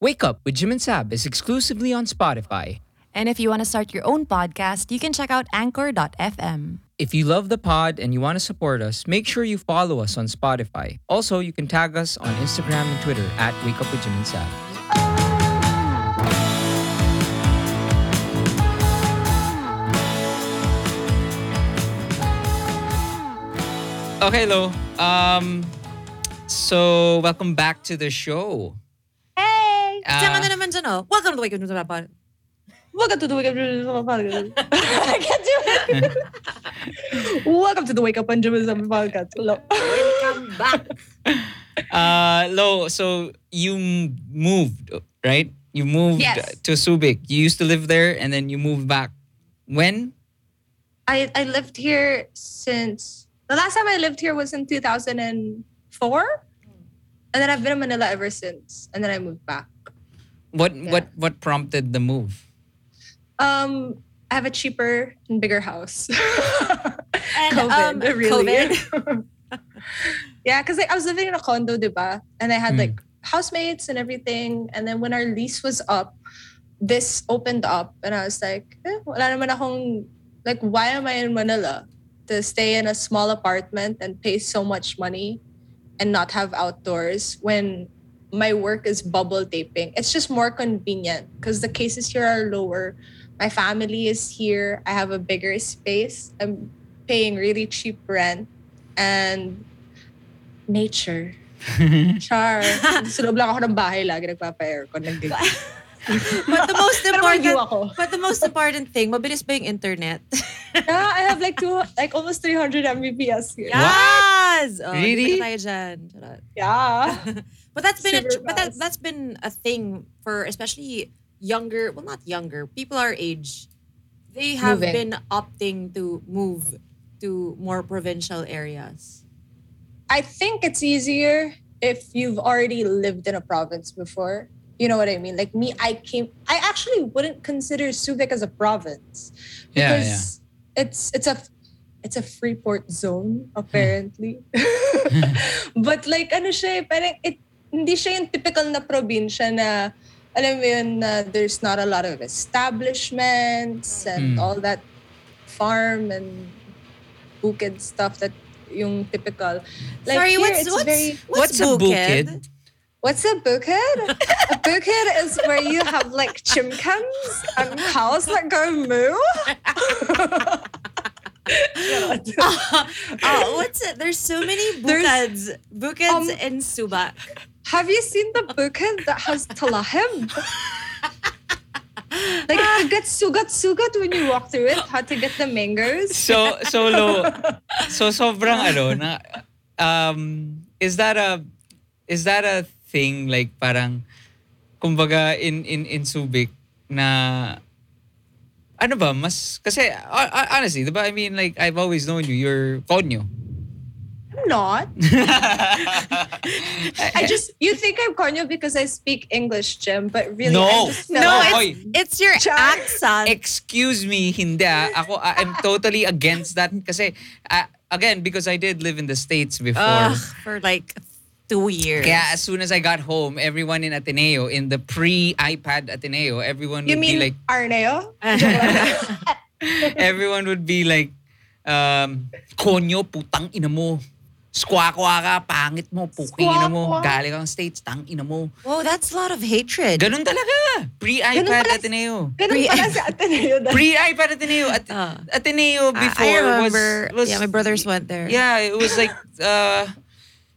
Wake Up with Jim and Sab is exclusively on Spotify. And if you want to start your own podcast, you can check out anchor.fm. If you love the pod and you want to support us, make sure you follow us on Spotify. Also, you can tag us on Instagram and Twitter at Wake Up with Jim and Sab. Okay, Lo. Um, so welcome back to the show. Hey! Diyan ka Uh, na naman dyan, oh. Welcome to Wake Up to the Pod. Welcome to the Wake Up Jimmy Podcast. I can't do it. Welcome to the Wake Up on Jimmy Podcast. Hello. Welcome back. Uh, Lo, so you m- moved, right? You moved Yes. to Subic. You used to live there and then you moved back. When? I, I lived here since the last time I lived here was in 2004. And then I've been in Manila ever since. And then I moved back. What Yeah. what what prompted the move? Um, I have a cheaper and bigger house. And, um, COVID. yeah, because like, I was living in a condo, diba? And I had Mm. like housemates and everything. And then when our lease was up, this opened up, and I was like, eh, wala naman akong, like, why am I in Manila to stay in a small apartment and pay so much money and not have outdoors when my work is bubble taping? It's just more convenient because the cases here are lower. My family is here. I have a bigger space. I'm paying really cheap rent and nature. Char. Sunob lang ako ng bahay lagi nagpapa-aircon. Nag- But the most Pero may important, view ako. but the most important thing, mabilis ba yung internet? Yeah, I have like two, like almost 300 Mbps here. Yeah. Yes! Oh, Really? dito tayo dyan. Charot. Yeah. But that's been a, Super but that, fast. that's been a thing for especially younger, well not younger, people our age. They have been Moving. opting to move to more provincial areas. I think it's easier if you've already lived in a province before. You know what I mean? Like me, I came, I actually wouldn't consider Subic as a province. yeah, yeah. because it's it's a it's a free port zone apparently. Hmm. But like ano siya eh, parang it, hindi siya yung typical na probinsya na alam mo yun na there's not a lot of establishments Mm. and all that farm and bukid stuff that yung typical. Like Sorry, here, what's it's what's, very what's, bukid? What's a bukid? a bukid is where you have like chimkins and cows that go moo. oh, what's it? There's so many There's- bukids, bukids Um, in Suba. Have you seen the bukid that has talahib? like you get sugat sugat when you walk through it. How to get the mangoes? So so Lo, so sobrang ano na um is that a is that a thing like parang kumbaga in in in Subic na ano ba mas kasi uh, honestly, 'di ba? I mean like I've always known you, you're Konyo. I'm not. I just you think I'm Konyo because I speak English, Jim, but really No. I'm just No, No, it's- it's, Oy. it's your Char. accent. excuse me, hindi ah. Ako, I- I'm totally against that. Kasi, ah, again, because I did live in the States before. Ugh, for like two years. Kaya as soon as I got home, everyone in Ateneo, in the pre-iPad Ateneo, everyone you would mean be like, Arneo? everyone would be like, um, konyo, putang ina mo. Squakwa ka, pangit mo, puking ina mo. Squawkwa. Galing kang States, tang ina mo. Whoa, that's a lot of hatred. Ganun talaga. Pre-iPad pala- Ateneo. Ganun pala si Ateneo dati. Pre-iPad Ateneo. At- Ah. Ateneo I- before I remember. was, was... yeah, my brothers went there. Yeah, it was like, uh,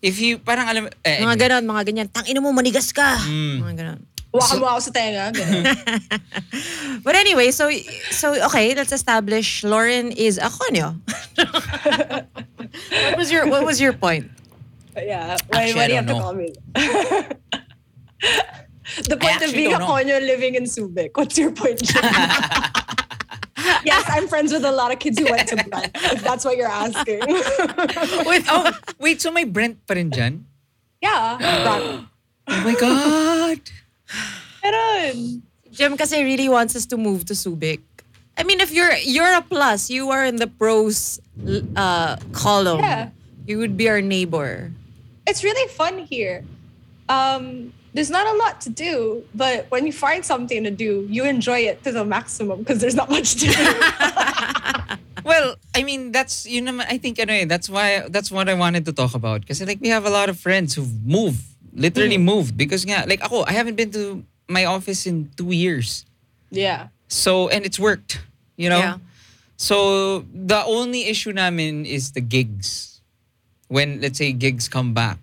if you, parang alam, eh, Mga anyway. ganon, mga ganyan. Tang ina mo, manigas ka. Mm. Mga ganon. Wakan mo ako sa tenga. ganun. But anyway, so so okay, let's establish Lauren is a konyo. what was your what was your point? yeah. Actually, Why, I why do you don't have to know. call me? the point of actually being a don't know. Konyo living in Subic. What's your point, Jim? yes, I'm friends with a lot of kids who went to Brent. If that's what you're asking. Wait, oh, wait, so may Brent pa rin dyan? yeah. Brent. Oh my God. Meron. Jim kasi really wants us to move to Subic. I mean, if you're you're a plus, you are in the pros uh, column. Yeah. You would be our neighbor. It's really fun here. Um, there's not a lot to do, but when you find something to do, you enjoy it to the maximum because there's not much to do. Well, I mean, that's, you know, I think, ano eh, that's why, that's what I wanted to talk about. Kasi like, we have a lot of friends who've moved, literally moved. Because nga, like ako, I haven't been to my office in two years. yeah. So, and it's worked, you know? Yeah. So, the only issue namin is the gigs. When, let's say, gigs come back.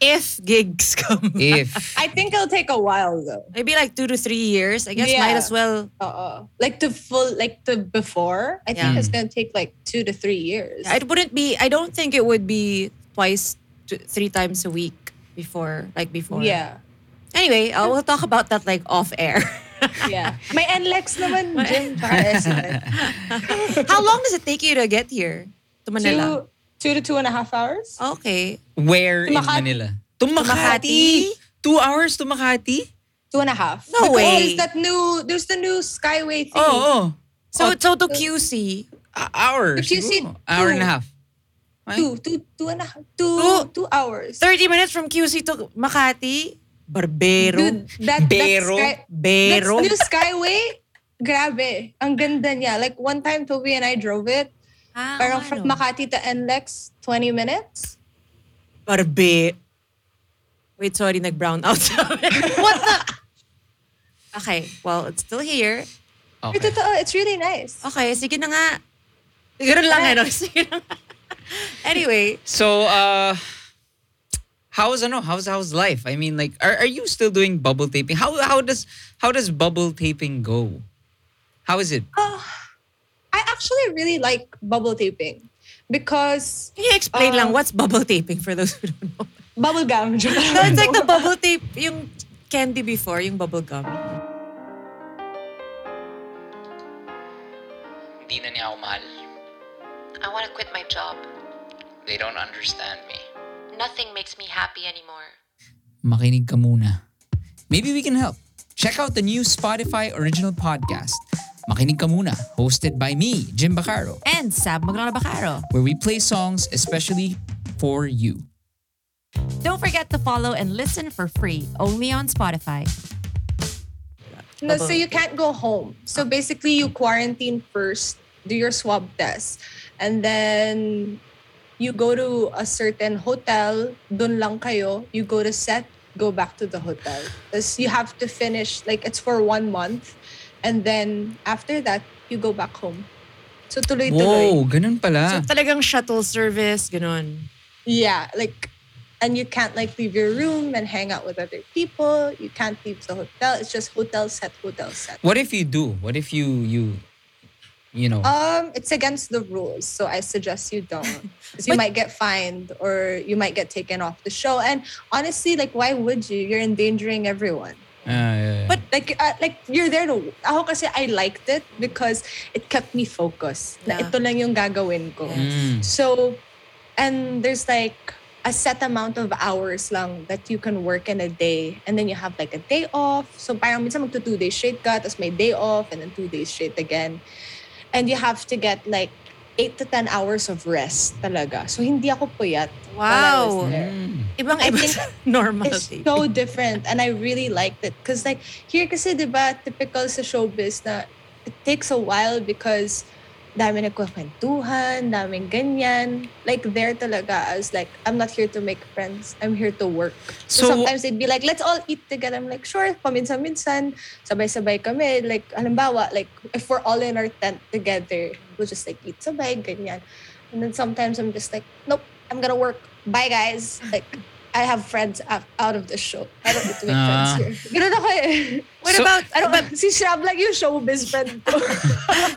If gigs come. If, I think it'll take a while though. Maybe like two to three years. I guess Yeah. might as well. Uh-uh. Like the full, like the before, I think Yeah. it's going to take like two to three years. It wouldn't be. I don't think it would be twice, to, three times a week before, like before. yeah. Anyway, uh, we'll talk about that like off air. Yeah. May NLEX naman gym tsaka SM. How long does it take you to get here to Manila? Two, two to two and a half hours. Okay. where in Makati. Manila? Makati? Two hours to Makati? Two and a half. No Because way. There's that new, there's the new Skyway thing. Oo. Oh, So so to QC. A- hour. If you see siguro. hour and a two- half. Ay, Two, two, two and a half, two, oh. Two- two hours. 30 minutes from QC to Makati. Barbero. Dude, that, that Bero. sky, that Bero. new Skyway, grabe. Ang ganda niya. Like one time Toby and I drove it. Ah, Parang ano? from Makati to NLEX, 20 minutes. Barbe. Wait, sorry, nag-brown out. What the? Okay, well, it's still here. Okay. Pero totoo, it's really nice. Okay, sige na nga. Ganun lang, ano? Sige na nga. Anyway, So, uh, how's ano? How's how's life? I mean, like, are, are you still doing bubble taping? How how does how does bubble taping go? How is it? Ah, I actually really like bubble taping because can you explain Uh, lang what's bubble taping for those who don't know? bubble gum. No, it's like the bubble tape, yung candy before, yung bubble gum. Hindi na niya ako mahal. I want to quit my job. They don't understand me. Nothing makes me happy anymore. makinig ka muna. Maybe we can help. Check out the new Spotify original podcast, Makinig Ka Muna, hosted by me, Jim Bacaro, And Sab Maglona where we play songs especially for you. Don't forget to follow and listen for free only on Spotify. No, so you can't go home. So basically, you quarantine first, do your swab test, and then you go to a certain hotel. Dun lang kayo. You go to set, go back to the hotel. Because you have to finish like it's for one month, and then after that you go back home. So tuloy-tuloy. Wow, ganun So pala. talagang shuttle service, ganun. Yeah, like, and you can't like leave your room and hang out with other people. You can't leave the hotel. It's just hotel set, hotel set. What if you do? What if you, you, you know, Um, it's against the rules, so I suggest you don't, because you might get fined or you might get taken off the show. And honestly, like, why would you? You're endangering everyone. uh, But like, uh, like you're there to. Ako kasi I liked it because it kept me focused. Na Yeah. ito lang yung gagawin ko. mm, Yeah. So, and there's like a set amount of hours lang that you can work in a day. And then you have like a day off. So parang minsan magto two days straight ka, tapos may day off, and then two days straight again. And you have to get like 8 to 10 hours of rest talaga. So hindi ako puyat. I was Wow. there. mm. Ibang I iba think sa normal It's taping. so different. And I really liked it. Because like here kasi di ba, typical sa showbiz na it takes a while because dami nagkukwentuhan, daming ganyan. Like there talaga, I was like, I'm not here to make friends. I'm here to work. So, So, sometimes they'd be like, let's all eat together. I'm like, sure, paminsan-minsan, sabay-sabay kami. Like, halimbawa, like, if we're all in our tent together, we'll just like eat sabay, ganyan. And then sometimes I'm just like, nope, I'm gonna work. Bye, guys. Like, I have friends af- out of the show. I don't need to make friends Ah. here. Ganun ako eh. What So- about, I don't, si Shab lang yung showbiz friend ko.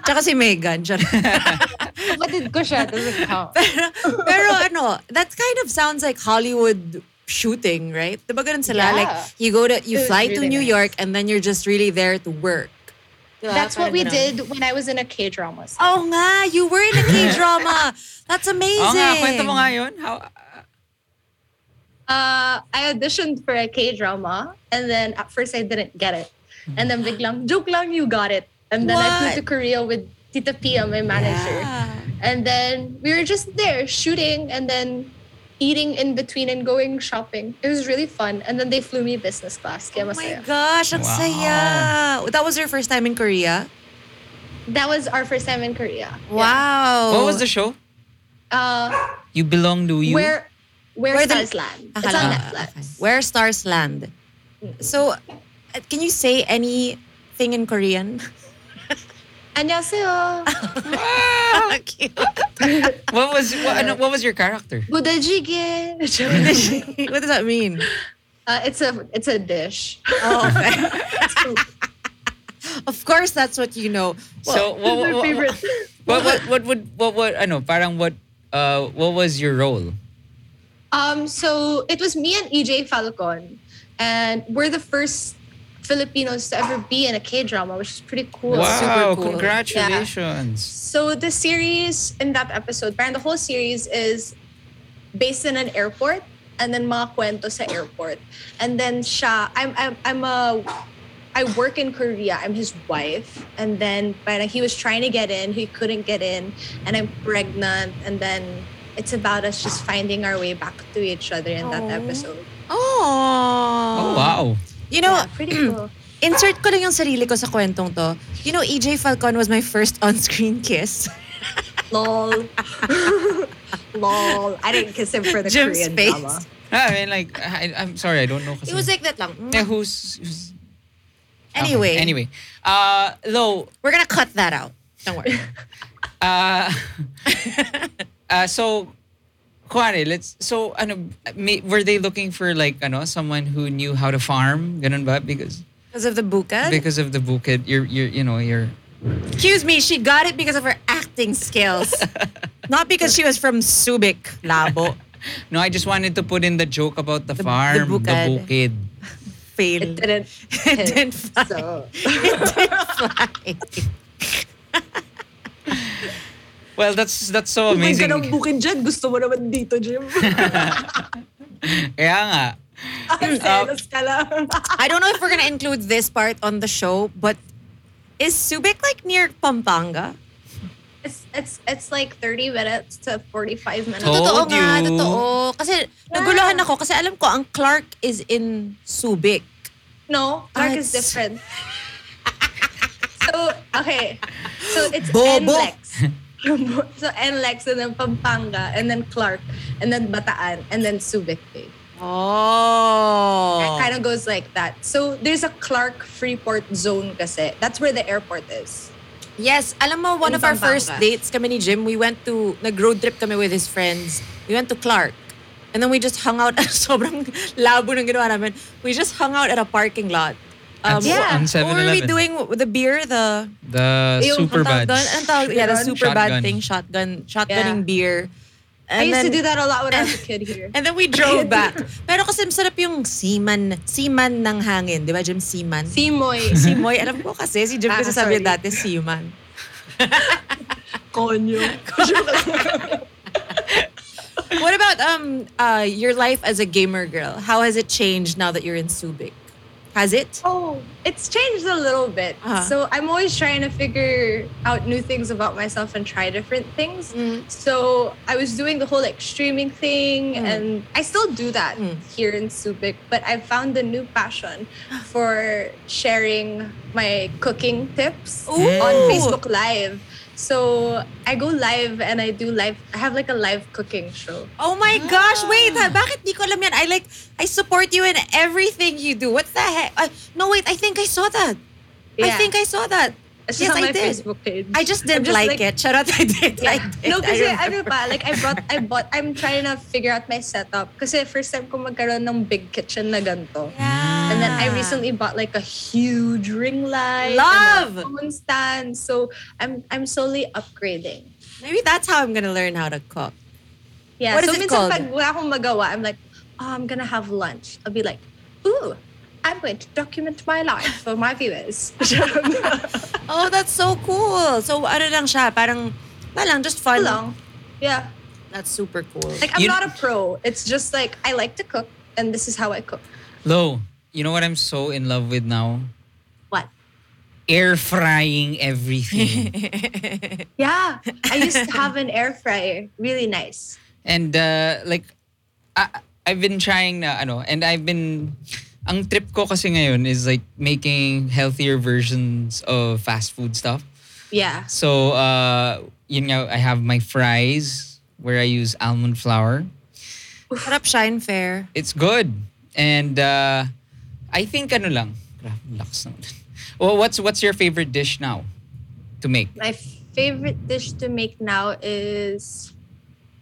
tsaka si Megan, tsaka- Kapatid ko siya, doesn't count. pero, pero ano, that kind of sounds like Hollywood shooting, right? Diba ganun sila? Yeah. Like, you go to, you It was fly to really New nice. York and then you're just really there to work. Diba? That's what Parang we ganun. did when I was in a K-drama. Oh nga, you were in a K-drama. That's amazing. Oo nga, kwento mo nga yun. How, Uh, I auditioned for a K drama, and then at first I didn't get it, and then biglang joke lang you got it, and then I What? flew to Korea with Tita Pia, my manager, Yeah. and then we were just there shooting, and then eating in between and going shopping. It was really fun. And then they flew me business class. Kaya Oh my masaya. gosh, ang Wow. saya. That was your first time in Korea? That was our first time in Korea. Yeah. Wow. What was the show? Uh, You belong to you. where where, Where the- Stars Land. It's on Akala- Ah, okay. Netflix. Where stars land. So, uh, can you say anything in Korean? 안녕하세요. Cute. What was what, ano, what was your character? 부대찌개. what does that mean? uh, it's a it's a dish. Oh, okay. of course, that's what you know. so Well, what, my what, favorite. what, what what what would what what ano parang what uh what was your role? Um, so it was me and EJ Falcon, and we're the first Filipinos to ever be in a K drama, which is pretty cool. That's super Wow! cool. Congratulations. So the series in that episode, parang the whole series is based in an airport and then mga kwento sa airport. And then siya, I'm, I'm, I'm a, I work in Korea. I'm his wife. And then parang he was trying to get in. He couldn't get in. And I'm pregnant. And then it's about us just finding our way back to each other in that Aw. episode. oh. Oh wow! You know, Yeah, pretty cool. insert ko lang yung sarili ko sa kwentong to. You know, EJ Falcon was my first on-screen kiss. Lol. Lol. I didn't kiss him for the Jim's Korean face. drama. I mean like I, I'm sorry I don't know. kasi- It was like that lang. yeah, who's, who's okay, Anyway, anyway uh though we're gonna cut that out. Don't worry. uh, uh so kuwari, let's so ano may, were they looking for like ano someone who knew how to farm ganun ba because Because of the bukan? because of the bukid you're you're you know you're Excuse me, she got it because of her acting skills. Not because she was from Subic, Labo. no I just wanted to put in the joke about the, The- the farm the bukid. bukid Fail. It didn't. It didn't fly. So. Fly. well that's that's so amazing bukin dyan. Gusto mo naman dito, Jim. kaya nga Uh, Selos ka lang. I don't know if we're gonna include this part on the show, but is Subic like near Pampanga? it's, it's, it's like 30 minutes to 45 minutes. Told totoo nga, you. totoo. Kasi naguluhan ako kasi alam ko ang Clark is in Subic. No, Clark is That's- different. so, okay. So it's Bobo. NLEX. so NLEX and then Pampanga and then Clark and then Bataan and then Subic Bay. It Oh. kind of goes like that. So there's a Clark Freeport zone kasi. That's where the airport is. Yes, alam mo, one In of our first Pampanga. dates kami ni Jim, we went to, nag-road trip kami with his friends. We went to Clark. And then we just hung out, sobrang labo ng ginawa namin. We just hung out at a parking lot. At- Um, Yeah. on What were 7-Eleven. we doing? The beer, the... the Yung super Ang tawag bad doon? Ang tawag- yeah, the Shotgun? super bad Shotgun. thing, shotgun, shotgunning beer. And I used then- to do that a lot when I was a kid here. And then we drove back. Pero kasi masarap yung seaman, seaman ng hangin. Di ba, Jim? Seaman. Simoy. Simoy. eh, Alam ko kasi, si Jim Ah, kasi sabi sorry. dati, seaman. Konyo. What about um uh your life as a gamer girl? How has it changed now that you're in Subic? Has it? oh, it's changed a little bit. Uh-huh. So I'm always trying to figure out new things about myself and try different things. Mm. So I was doing the whole like streaming thing, Mm. and I still do that Mm. here in Subic. But I found a new passion for sharing my cooking tips on Ooh. Facebook Live. So I go live and I do live. I have like a live cooking show. Oh my gosh, Ah. wait, ha, bakit di ko alam yan? I like, I support you in everything you do. What's the heck? I, no, wait, I think I saw that. I think I saw that. it's yes, just on I my did. Facebook page. I just didn't I'm just, like, it. Shout out, I did. I did. No, kasi I ano remember. pa, like I brought, I bought, I'm trying to figure out my setup. Kasi first time ko magkaroon ng big kitchen na ganito. Yeah. And then I recently bought like a huge ring light. And a Love! phone stand. So I'm I'm slowly upgrading. Maybe that's how I'm gonna learn how to cook. Yeah. What so is it minsan called? pag wala akong magawa, I'm like, oh, I'm gonna have lunch. I'll be like, ooh, I'm going to document my life for my viewers. Oh, that's so cool. So ano lang siya, parang, parang just fun. Long. Yeah. That's super cool. Like I'm You- not a pro. It's just like I like to cook and this is how I cook. Lo, you know what I'm so in love with now? What? Air frying everything. Yeah. I used to have an air fryer. Really nice. and uh, like I, I've been trying na ano and I've been ang trip ko kasi ngayon is like making healthier versions of fast food stuff. Yeah. So, uh, yun nga, I have my fries where I use almond flour. Sarap shine fair. It's good. And uh, I think ano lang. Grabe, lakas naman. Well, what's what's your favorite dish now to make? My favorite dish to make now is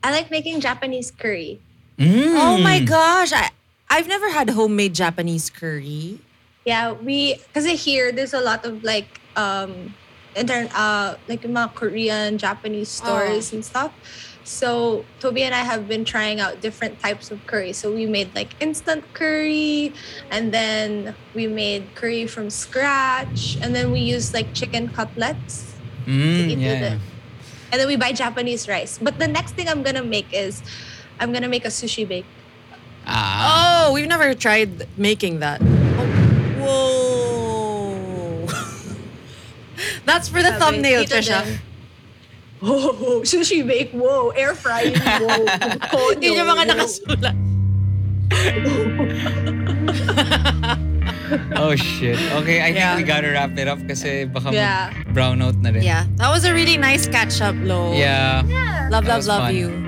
I like making Japanese curry. Oh my Mm. gosh. I, I've never had homemade Japanese curry. Yeah, we because here there's a lot of like um intern uh like yung mga Korean Japanese stores and stuff. So Toby and I have been trying out different types of curry. So we made like instant curry, and then we made curry from scratch, and then we used like chicken cutlets. Mm, eat with yeah, it. And then we buy Japanese rice. But the next thing I'm gonna make is I'm gonna make a sushi bake. Ah. Oh, we've never tried making that. Oh, whoa. That's for the Sabi, thumbnail, "Tita Trisha. Jen." Oh, sushi bake. Whoa, air frying. Whoa. Hindi niya mga nakasulat. Oh. shit. Okay, I Yeah. think we gotta wrap it up kasi baka Yeah. mag brownout na rin. Yeah, that was a really nice catch up, Lo. Yeah. Love, That was love, love fun. you.